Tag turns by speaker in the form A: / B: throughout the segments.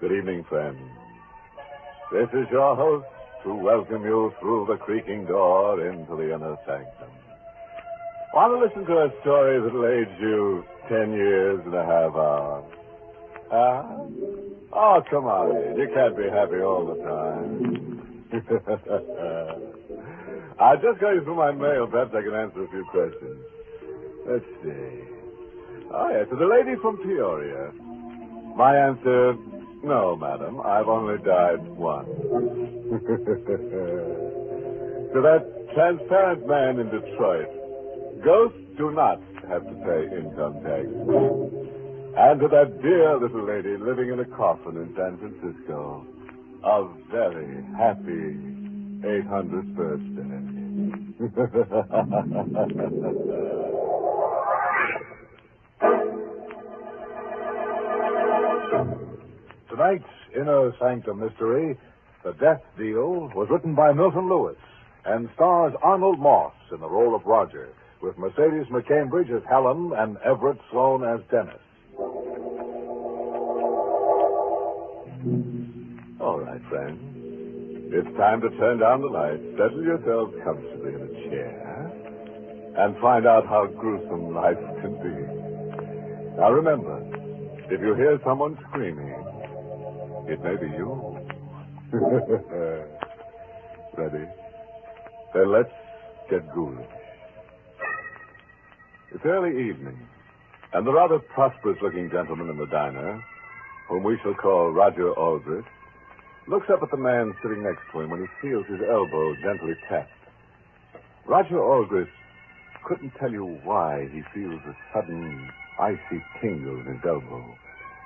A: Good evening, friends. This is your host to welcome you through the creaking door into the inner sanctum. Want to listen to a story that'll age you ten years and a half hours? Huh? Oh, come on, Ed. You can't be happy all the time. I'm just going through my mail. Perhaps I can answer a few questions. Let's see. Oh, yeah, to the lady from Peoria. My answer, no, madam. I've only died once. to that transparent man in Detroit, ghosts do not have to pay income tax. And to that dear little lady living in a coffin in San Francisco, a very happy 800th birthday.
B: Tonight's Inner Sanctum Mystery, The Death Deal, was written by Milton Lewis and stars Arnold Moss in the role of Roger, with Mercedes McCambridge as Helen and Everett Sloan as Dennis.
A: All right, friends. It's time to turn down the lights, settle yourselves comfortably in a chair, and find out how gruesome life can be. Now remember, if you hear someone screaming, it may be you. Ready? Then let's get ghoulish. It's early evening, and the rather prosperous looking gentleman in the diner, whom we shall call Roger Aldrich, looks up at the man sitting next to him when he feels his elbow gently tapped. Roger Aldrich couldn't tell you why he feels a sudden icy tingle in his elbow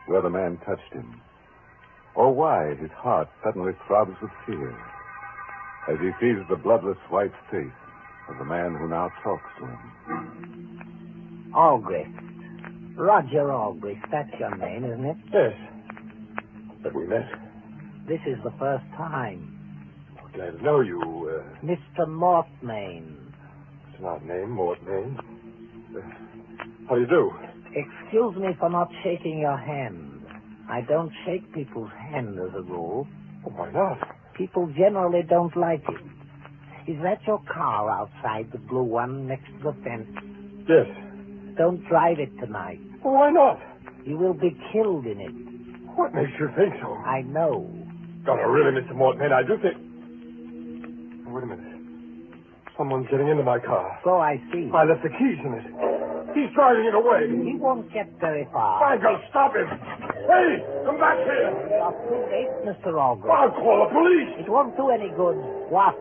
A: where the man touched him, or why his heart suddenly throbs with fear as he sees the bloodless white face of the man who now talks to him.
C: Algrist. Roger Algrist. That's your name, isn't it?
D: Yes. Have we met?
C: This is the first time.
D: Oh, glad to know you. Uh...
C: Mr. Mortmain.
D: It's an odd name, Mortmain. Uh, how do you do?
C: Excuse me for not shaking your hand. I don't shake people's hand as a rule.
D: Oh, why not?
C: People generally don't like it. Is that your car outside, the blue one next to the fence?
D: Yes.
C: Don't drive it tonight.
D: Oh, why not?
C: You will be killed in it.
D: What makes you think so?
C: I know.
D: God, no, really, Mr. Morton, I do think. Wait a minute. Someone's getting into my car.
C: So I see.
D: I left the keys in it. He's driving it away.
C: He won't get very far.
D: Michael, stop him. Hey, come back here.
C: You're too late, Mr. Albright.
D: I'll call the police.
C: It won't do any good. Watch.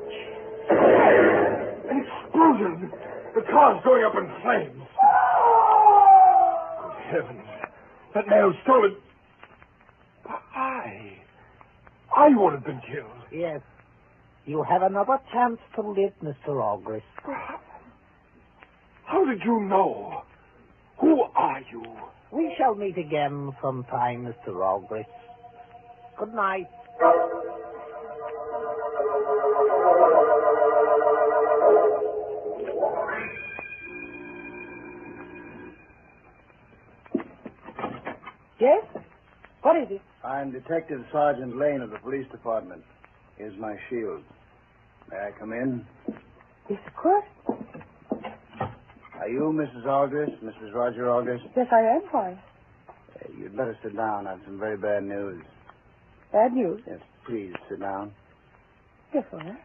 D: An explosion. The car's going up in flames. Good heavens. That man stole it. But I. I would have been killed.
C: Yes. You have another chance to live, Mr. Algrist.
D: How did you know? Who are you?
C: We shall meet again sometime, Mr. Aldrich. Good night. Yes? What is it?
E: I'm Detective Sergeant Lane of the police department. Here's my shield. May I come in?
F: Yes, of course.
E: Are you Mrs. Aldrich, Mrs. Roger Aldrich?
F: Yes, I am. Why?
E: Uh, you'd better sit down. I've some very bad news.
F: Bad news?
E: Yes, please sit down.
F: Yes, sir.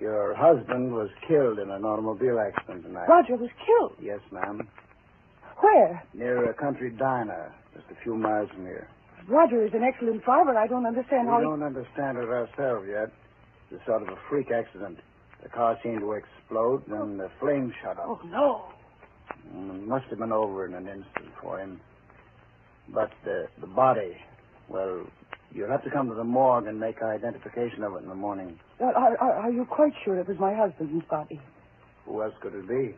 E: Your husband was killed in an automobile accident tonight.
F: Roger was killed?
E: Yes, ma'am.
F: Where?
E: Near a country diner, just a few miles from here.
F: Roger is an excellent driver. I don't understand
E: we
F: how.
E: We don't he... understand it ourselves yet. It's sort of a freak accident. The car seemed to explode, and the flames shot up. Mm,
F: Oh, no.
E: It must have been over in an instant for him. But the, the body, well, you'll have to come to the morgue and make identification of it in the morning.
F: Are, are, are you quite sure it was my husband's body?
E: Who else could it be?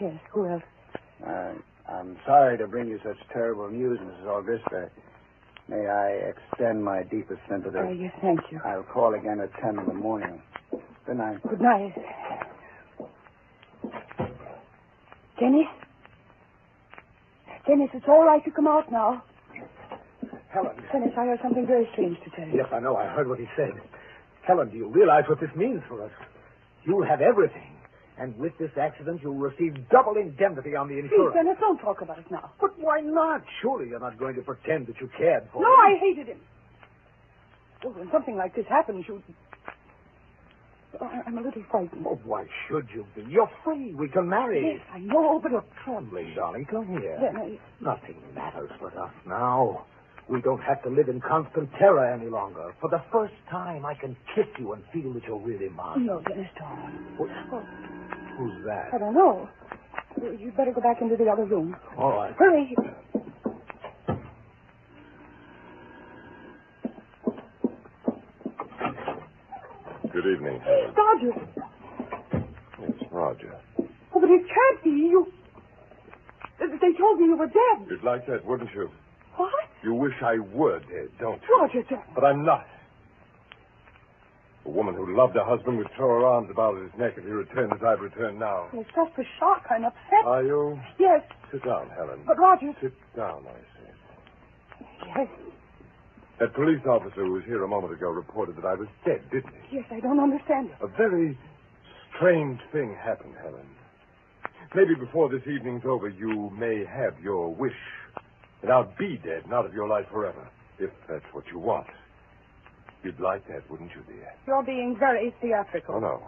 F: Yes, who else?
E: Uh, I'm sorry to bring you such terrible news, Mrs. Augusta. May I extend my deepest sympathy?
F: Oh, yes, thank you.
E: I'll call again at 10 in the morning. Good night.
F: Good night. Dennis? Dennis, it's all right to come out now.
G: Helen.
F: Dennis, I have something very strange to tell you.
G: Yes, I know. I heard what he said. Helen, do you realize what this means for us? You'll have everything. And with this accident, you'll receive double indemnity on the
F: Please, uh,
G: insurance.
F: Dennis, don't talk about it now.
G: But why not? Surely you're not going to pretend that you cared for
F: No,
G: him.
F: I hated him. Well, when something like this happens, you. Oh, I- I'm a little frightened.
G: Oh, why should you be? You're free. We can marry.
F: Yes, I know, but
G: You're trembling, darling. Come here.
F: Dennis,
G: Nothing matters with us now. We don't have to live in constant terror any longer. For the first time, I can kiss you and feel that you're really mine.
F: no, Dennis, don't.
G: What- Who's
F: I
G: that?
F: don't know. You- You'd better go back into the other room.
G: All right.
F: Hurry.
A: Good evening, Helen.
F: Roger.
A: Yes, Roger.
F: Oh, but it can't be. You. They told me you were dead.
A: You'd like that, wouldn't you?
F: What?
A: You wish I were dead, don't you?
F: Roger, Dennis.
A: But I'm not. A woman who loved her husband would throw her arms about his neck if he returned as I've returned now.
F: It's just a shock. I'm upset.
A: Are you?
F: yes,
A: Sit down, Helen.
F: but Roger.
A: Sit down, I said.
F: Yes,
A: That police officer who was here a moment ago reported that I was dead, didn't he?
F: yes, I don't understand it.
A: A very strange thing happened, Helen. Maybe before this evening's over, you may have your wish. And I'll be dead and out of your life forever, if that's what you want. You'd like that, wouldn't you, dear?
F: You're being very
A: Oh,
F: theatrical.
A: no.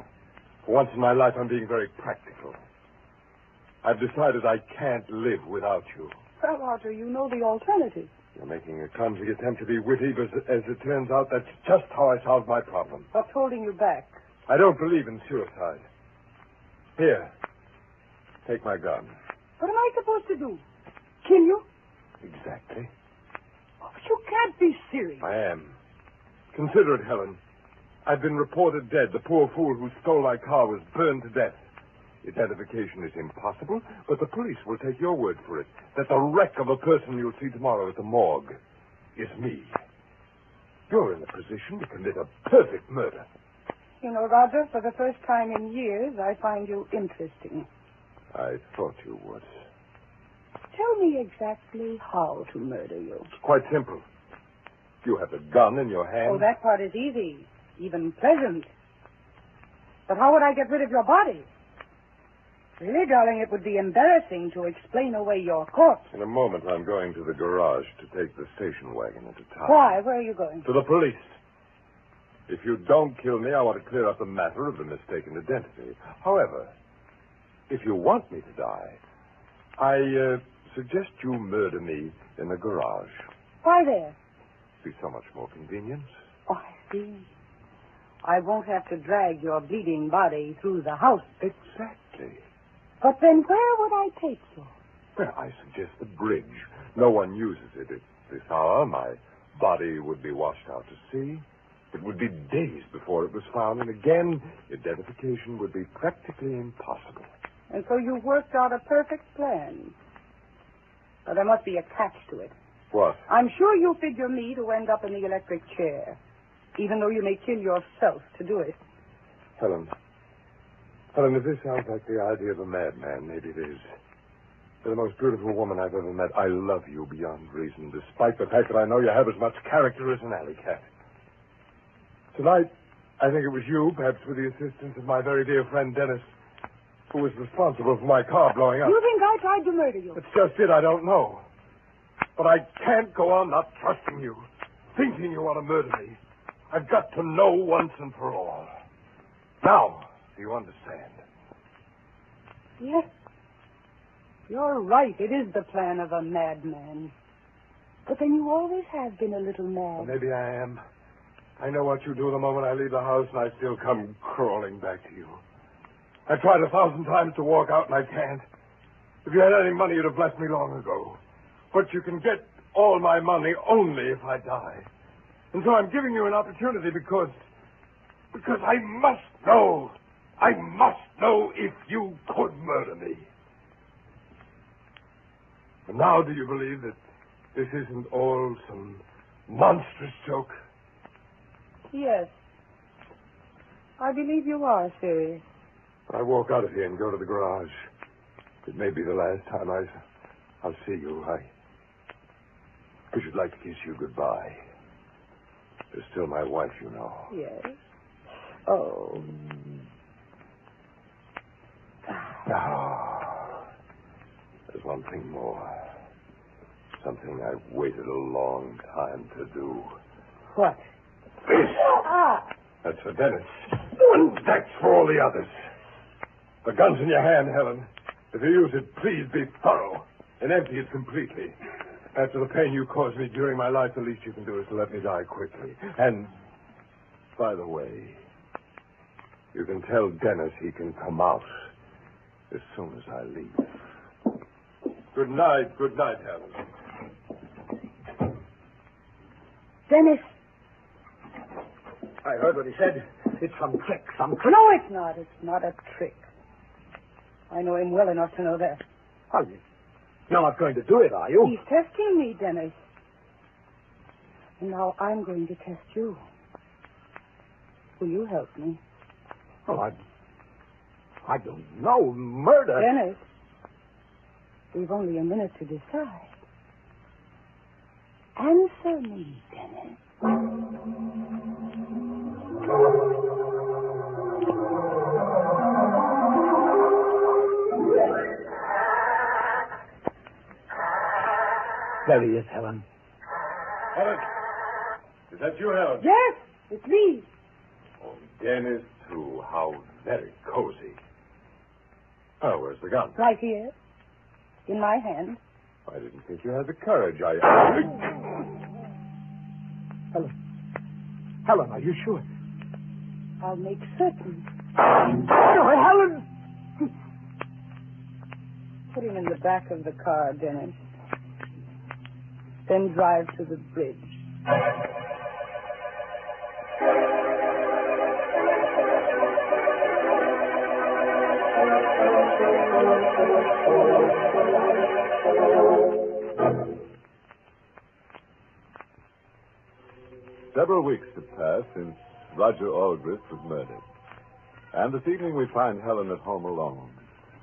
A: For once in my life, I'm being very practical. I've decided I can't live without you.
F: Well, Roger, you know the alternative.
A: You're making a clumsy attempt to be witty, but as it turns out, that's just how I solved my problem.
F: What's holding you back?
A: I don't believe in suicide. Here, take my gun.
F: What am I supposed to do? Kill you?
A: Exactly.
F: Oh, but you can't be serious.
A: I am. Consider it, Helen. I've been reported dead. The poor fool who stole my car was burned to death. Identification is impossible, but the police will take your word for it that the wreck of a person you'll see tomorrow at the morgue is me. You're in a position to commit a perfect murder.
F: You know, Roger, for the first time in years, I find you interesting.
A: I thought you would.
F: Tell me exactly how to murder you.
A: It's quite simple. You have a gun in your hand.
F: Oh, that part is easy, even pleasant. But how would I get rid of your body? Really, darling, it would be embarrassing to explain away your corpse.
A: In a moment, I'm going to the garage to take the station wagon into town.
F: Why? Where are you going?
A: To the police. If you don't kill me, I want to clear up the matter of the mistaken identity. However, if you want me to die, I uh, suggest you murder me in the garage.
F: Why there?
A: Be so much more convenient.
F: Oh, I see. I won't have to drag your bleeding body through the house.
A: Exactly.
F: But then where would I take you?
A: Well, I suggest the bridge. No one uses it at this hour. My body would be washed out to sea. It would be days before it was found, and again, identification would be practically impossible.
F: And so you worked out a perfect plan. But there must be a catch to it.
A: What?
F: I'm sure you figure me to end up in the electric chair, even though you may kill yourself to do it.
A: Helen. Helen, if this sounds like the idea of a madman, maybe it is. You're the most beautiful woman I've ever met. I love you beyond reason, despite the fact that I know you have as much character as an alley cat. Tonight, I think it was you, perhaps with the assistance of my very dear friend Dennis, who was responsible for my car blowing up.
F: You think I tried to murder you?
A: It's just it, I don't know. But I can't go on not trusting you, thinking you want to murder me. I've got to know once and for all. Now, do you understand?
F: Yes. You're right. It is the plan of a madman. But then you always have been a little
A: Well,
F: mad.
A: maybe I am. I know what you do the moment I leave the house, and I still come crawling back to you. I tried a thousand times to walk out, and I can't. If you had any money, you'd have left me long ago. But you can get all my money only if I die. And so I'm giving you an opportunity because. because I must know. I must know if you could murder me. And now do you believe that this isn't all some monstrous joke?
F: Yes. I believe you are serious.
A: I walk out of here and go to the garage. It may be the last time I, I'll see you. I, I should like to kiss you goodbye. You're still my wife, you know.
F: Yes. Oh.
A: Now, Ah. there's one thing more. Something I've waited a long time to do.
F: What? Ah,
A: That's for Dennis. And that's for all the others. The gun's in your hand, Helen. If you use it, please be thorough and empty it completely. After the pain you caused me during my life, the least you can do is to let me die quickly. And, by the way, you can tell Dennis he can come out as soon as I leave. Good night. Good night, Helen.
F: Dennis.
G: I heard what he said. It's some trick, some trick.
F: No, it's not. It's not a trick. I know him well enough to know that.
G: Are you? You're not going to do it, are you?
F: He's testing me, Dennis. And now I'm going to test you. Will you help me?
G: Oh, I. I don't know. Murder.
F: Dennis, we've only a minute to decide. Answer me, Dennis.
G: There he is, Helen.
A: Helen! Is that you, Helen?
F: Yes, it's me.
A: Oh, Dennis, too. How very cozy. Oh, where's the gun?
F: Right here. In my hand.
A: I didn't think you had the courage. I.
G: Helen, are you sure?
F: I'll make certain. Oh,
G: No, Helen!
F: Put him in the back of the car, Dennis. Then drive to the bridge.
A: Several weeks have passed since Roger Aldrich was murdered. And this evening we find Helen at home alone,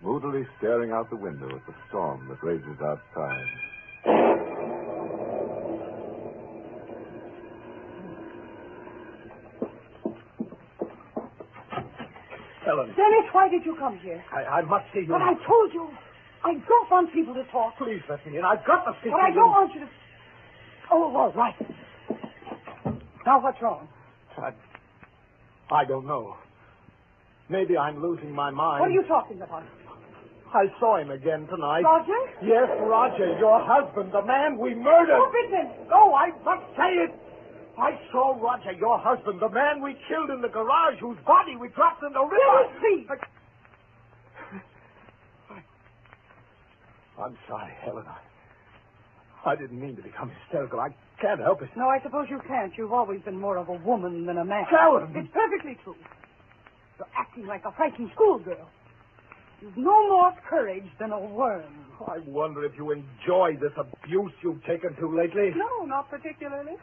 A: moodily staring out the window at the storm that rages outside.
G: Helen,
F: Dennis, why did you come here?
G: I, I must see you.
F: But I told you, I don't want people to talk.
G: Please let me in. I've got to see
F: But
G: you.
F: I don't want you to. Oh, all right. Now, what's wrong?
G: I, I don't know. Maybe I'm losing my mind.
F: What are you talking about?
G: I saw him again tonight.
F: Roger?
G: Yes, Roger, your husband, the man we murdered.
F: Oh, Bigman!
G: No, I must say it. I saw Roger, your husband, the man we killed in the garage, whose body we dropped in the river.
F: Dennis, please!
G: I'm sorry, Helen. I, I didn't mean to become hysterical. I can't help it.
F: No, I suppose you can't. You've always been more of a woman than a man.
G: Helen!
F: It's perfectly true. You're acting like a frightened schoolgirl. You've no more courage than a worm.
G: I wonder if you enjoy this abuse you've taken to lately.
F: No, not particularly.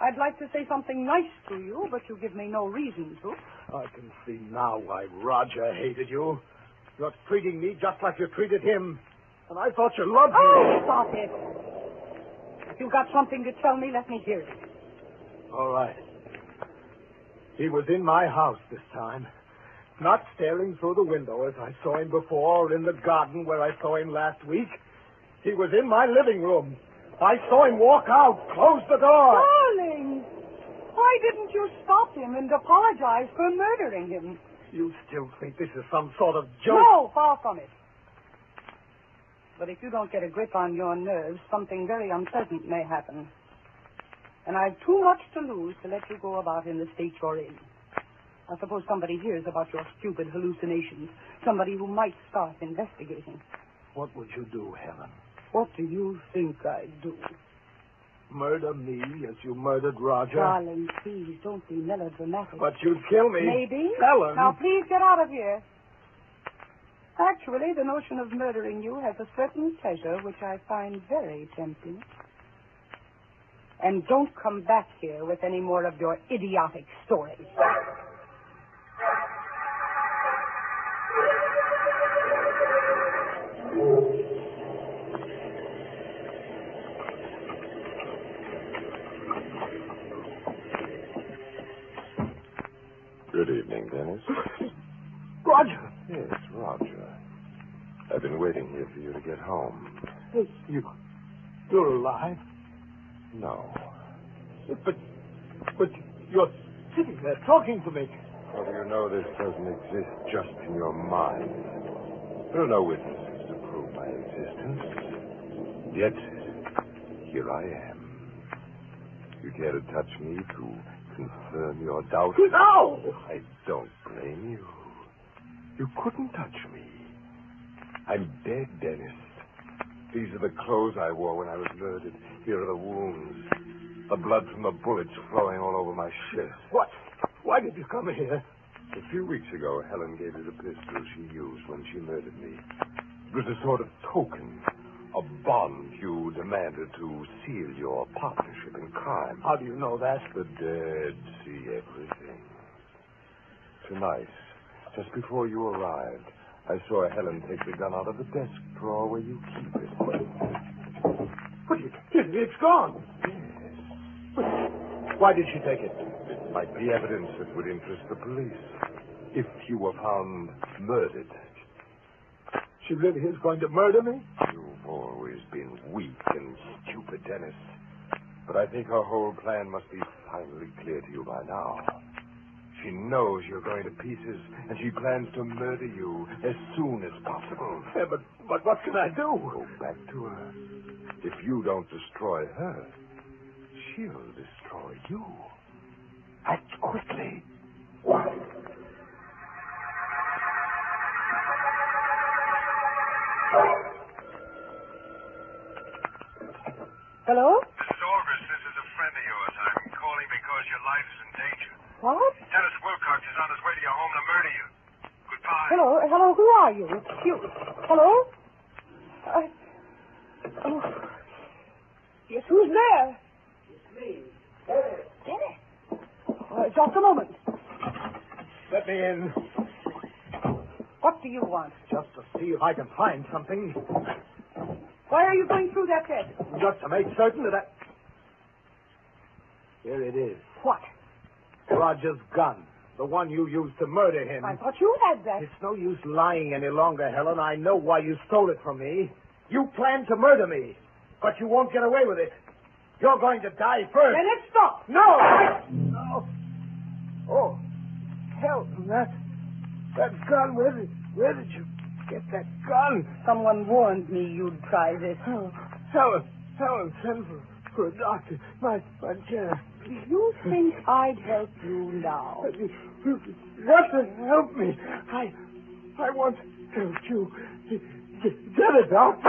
F: I'd like to say something nice to you, but you give me no reason to.
G: I can see now why Roger hated you. You're treating me just like you treated him. And I thought you loved me.
F: Oh, stop it. If you've got something to tell me, let me hear it.
G: All right. He was in my house this time. Not staring through the window as I saw him before, or in the garden where I saw him last week. He was in my living room. I saw him walk out, close the door.
F: Darling, why didn't you stop him and apologize for murdering him?
G: You still think this is some sort of joke?
F: No, far from it. But if you don't get a grip on your nerves, something very unpleasant may happen. And I've too much to lose to let you go about in the state you're in. I suppose somebody hears about your stupid hallucinations, somebody who might start investigating.
G: What would you do, Helen?
F: What do you think I do?
G: Murder me as you murdered Roger?
F: Darling, please don't be melodramatic.
G: But you'd kill me.
F: Maybe.
G: Helen.
F: Now, please get out of here. Actually, the notion of murdering you has a certain pleasure which I find very tempting. And don't come back here with any more of your idiotic stories.
G: Roger.
A: Yes, Roger. I've been waiting here for you to get home.
G: Yes, you. You're alive.
A: No.
G: But. But you're sitting there talking to me.
A: How do you know this doesn't exist just in your mind? There are no witnesses to prove my existence. Yet, here I am. You care to touch me to confirm your doubt?
G: No!
A: I don't blame you. You couldn't touch me. I'm dead, Dennis. These are the clothes I wore when I was murdered. Here are the wounds. The blood from the bullets flowing all over my shirt.
G: What? Why did you come here?
A: A few weeks ago, Helen gave me the pistol she used when she murdered me. It was a sort of token, a bond you demanded to seal your partnership in crime.
G: How do you know that?
A: The dead see everything. Tonight, just before you arrived, I saw Helen take the gun out of the desk drawer where you keep it.
G: But it, it, it's gone. But why did she take it?
A: It might be evidence that would interest the police if you were found murdered.
G: She really is going to murder me?
A: You've always been weak and stupid, Dennis. But I think her whole plan must be finally clear to you by now. She knows you're going to pieces, and she plans to murder you as soon as possible.
G: Yeah, but, but what can I do?
A: Go back to her. If you don't destroy her, she'll destroy you. Act quickly.
F: Hello?
H: Mrs. Aldrich, this is a friend of yours. I'm calling because your life is in danger.
F: What?
H: Dennis Wilcox is on his way to your home to murder you. Goodbye.
F: Hello, hello, who are you? You. Hello? I. Oh. Yes, who's there? It's me. Dennis. Uh, just a moment.
G: Let me in.
F: What do you want?
G: Just to see if I can find something.
F: Why are you going through that desk?
G: Just to make certain that I. Here it is.
F: What?
G: Roger's gun. The one you used to murder him.
F: I thought you had that.
G: It's no use lying any longer, Helen. I know why you stole it from me. You planned to murder me, but you won't get away with it. You're going to die first.
F: Dennis, stop.
G: No! I... no. Oh, Helen, that, that gun, where did, where did you get that gun?
F: Someone warned me you'd try this.
G: Oh, Helen, Helen, send for, for a doctor. My, my chair.
F: Do you think I'd help you now?
G: You, you, you have to help me. I, I want to help you. Get it out.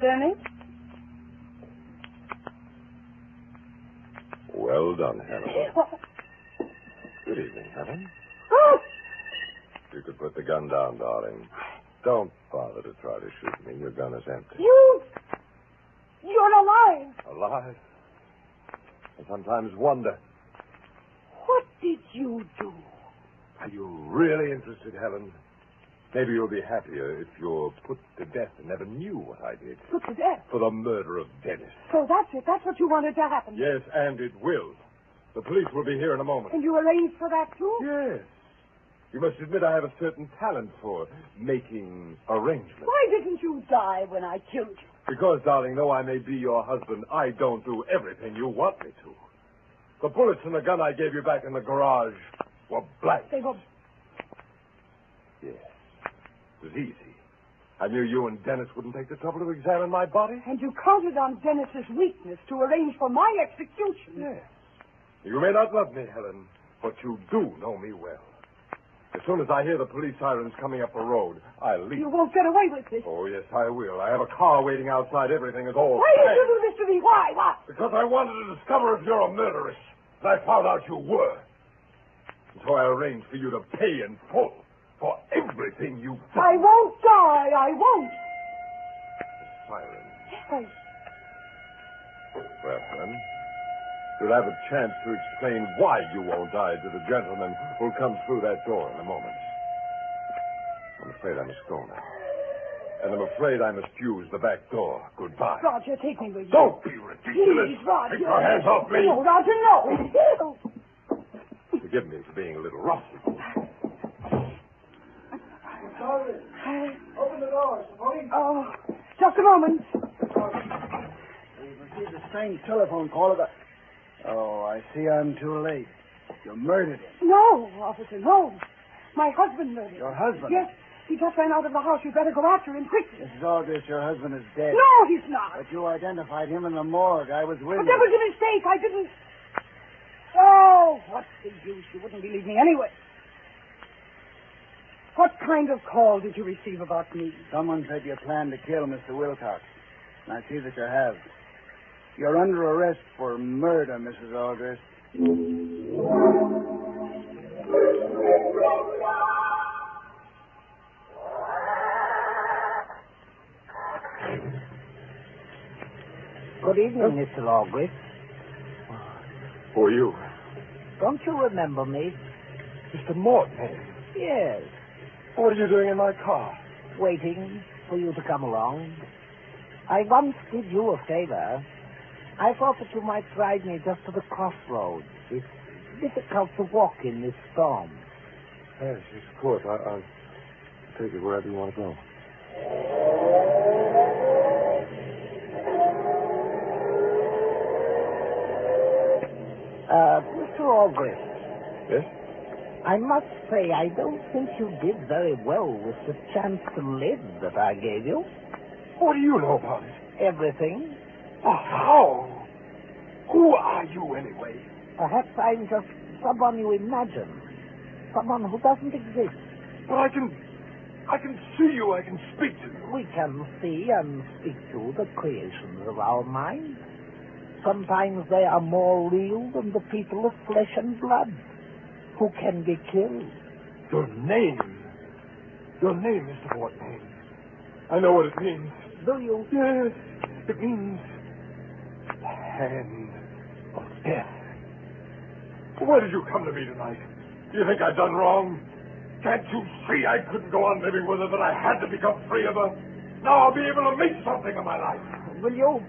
F: Dennis?
A: Well done, Helen.
F: What?
A: Good evening, Helen.
F: Oh,
A: You could put the gun down, darling. Don't bother to try to shoot me. Your gun is empty.
F: you. You're alive.
A: Alive. I sometimes wonder.
F: What did you do?
A: Are you really interested, Helen? Maybe you'll be happier if you're put to death and never knew what I did
F: Put to death.
A: for the murder of Dennis.
F: So that's it. That's what you wanted to happen.
A: Yes, and it will. The police will be here in a moment.
F: And you arranged for that too?
A: Yes. You must admit I have a certain talent for making arrangements.
F: Why didn't you die when I killed you?
A: Because, darling, though I may be your husband, I don't do everything you want me to. The bullets and the gun I gave you back in the garage were blank.
F: They were.
A: Yes. It was easy. I knew you and Dennis wouldn't take the trouble to examine my body.
F: And you counted on Dennis's weakness to arrange for my execution.
A: Yes. You may not love me, Helen, but you do know me well. As soon as I hear the police sirens coming up the road, I'll leave.
F: You won't get away with this.
A: Oh, yes, I will. I have a car waiting outside. Everything is all.
F: Why did
A: set.
F: you do this to me? Why? Why?
A: Because I wanted to discover if you're a murderess. And I found out you were. And so I arranged for you to pay in full for everything you've
F: I
A: done.
F: won't die. I won't.
A: Siren.
F: I...
A: Well, Helen, you'll have a chance to explain why you won't die to the gentleman who comes through that door in a moment. I'm afraid I must go now. And I'm afraid I must use the back door. Goodbye.
F: Roger, take me with you.
A: Don't be ridiculous.
F: Please, Roger.
A: Take your hands off me.
F: No, Roger, no.
A: forgive me for being a little rough.
F: Oh, just a moment.
E: We've received a strange telephone call about. Oh, I see I'm too late. You murdered him.
F: No, officer, no. My husband murdered.
E: Your husband?
F: Yes, he just ran out of the house. You'd better go after him quickly.
E: Mrs. Aldrich, your husband is dead.
F: No, he's not.
E: But you identified him in the morgue. I was with you.
F: But that was a mistake. I didn't. Oh, what's the use? You wouldn't believe me anyway. What kind of call did you receive about me?
E: Someone said you planned to kill Mr. Wilcox. And I see that you have. You're under arrest for murder, Mrs. Aldrich.
C: Good evening, Mr. Lawgrid.
A: Who are you?
C: Don't you remember me?
G: Mr. Morton,
C: Yes.
G: what are you doing in my car?
C: Waiting for you to come along. I once did you a favor. I thought that you might ride me just to the crossroads. It's difficult to walk in this storm.
G: Yes, yes, of course. I, I'll take you wherever you want to go.
C: Uh, Mr. Orgris,
G: Yes?
C: I must say I don't think you did very well with the chance to live that I gave you.
G: What do you know about it?
C: Everything.
G: Oh, how? Who are you, anyway?
C: Perhaps I'm just someone you imagine. Someone who doesn't exist.
G: But I can. I can see you. I can speak to you.
C: We can see and speak to the creations of our mind. Sometimes they are more real than the people of flesh and blood, who can be killed.
G: Your name. Your name, Mr. Morton. I know what it means.
C: Do you?
G: Yes, it means the hand of death. Why did you come to me tonight? Do you think I've done wrong? Can't you see I couldn't go on living with her, that I had to become free of her? Now I'll be able to make something of my life.
C: Will you?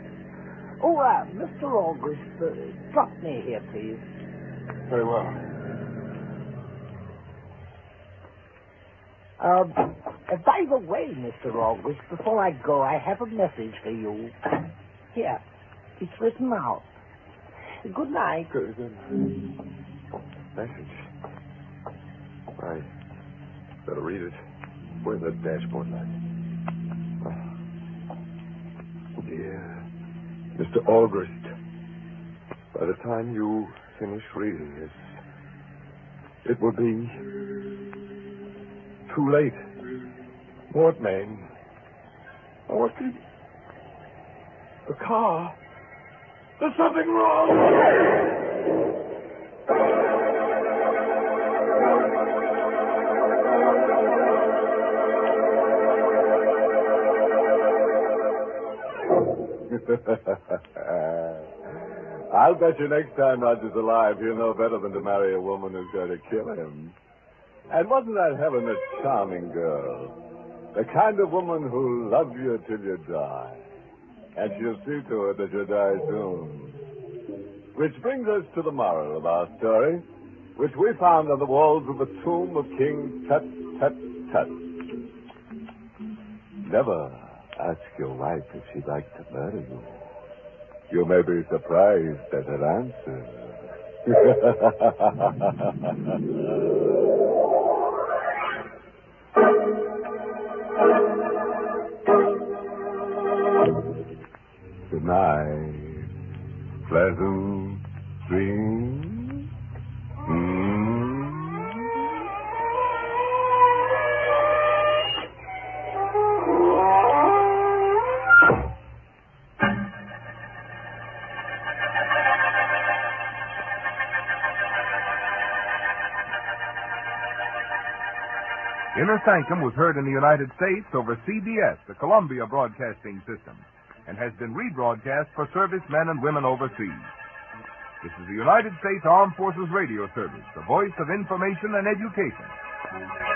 C: Oh, uh, Mr. August, uh, drop me here, please.
G: Very well.
C: Uh, uh, by the way, Mr. August, before I go, I have a message for you. Here, it's written out. Good night.
G: Good, good. Message. I better read it. Where's that dashboard Ah. light? Oh. Dear Mr. August, by the time you finish reading this, it will be too late. Mortmain. Oh, what's the... The car. There's something wrong!
A: I'll bet you next time Roger's alive, he'll know better than to marry a woman who's going to kill him. And wasn't that heaven a charming girl? The kind of woman who'll love you till you die. And she'll see to it that you die soon. Which brings us to the moral of our story, which we found on the walls of the tomb of King Tut Tut Tut. Never ask your wife if she'd like to marry you. You may be surprised at her answer. Good night. Pleasant dreams. Mm.
I: Inner Sanctum was heard in the United States over CBS, the Columbia Broadcasting System, and has been rebroadcast for servicemen and women overseas. This is the United States Armed Forces Radio Service, the voice of information and education.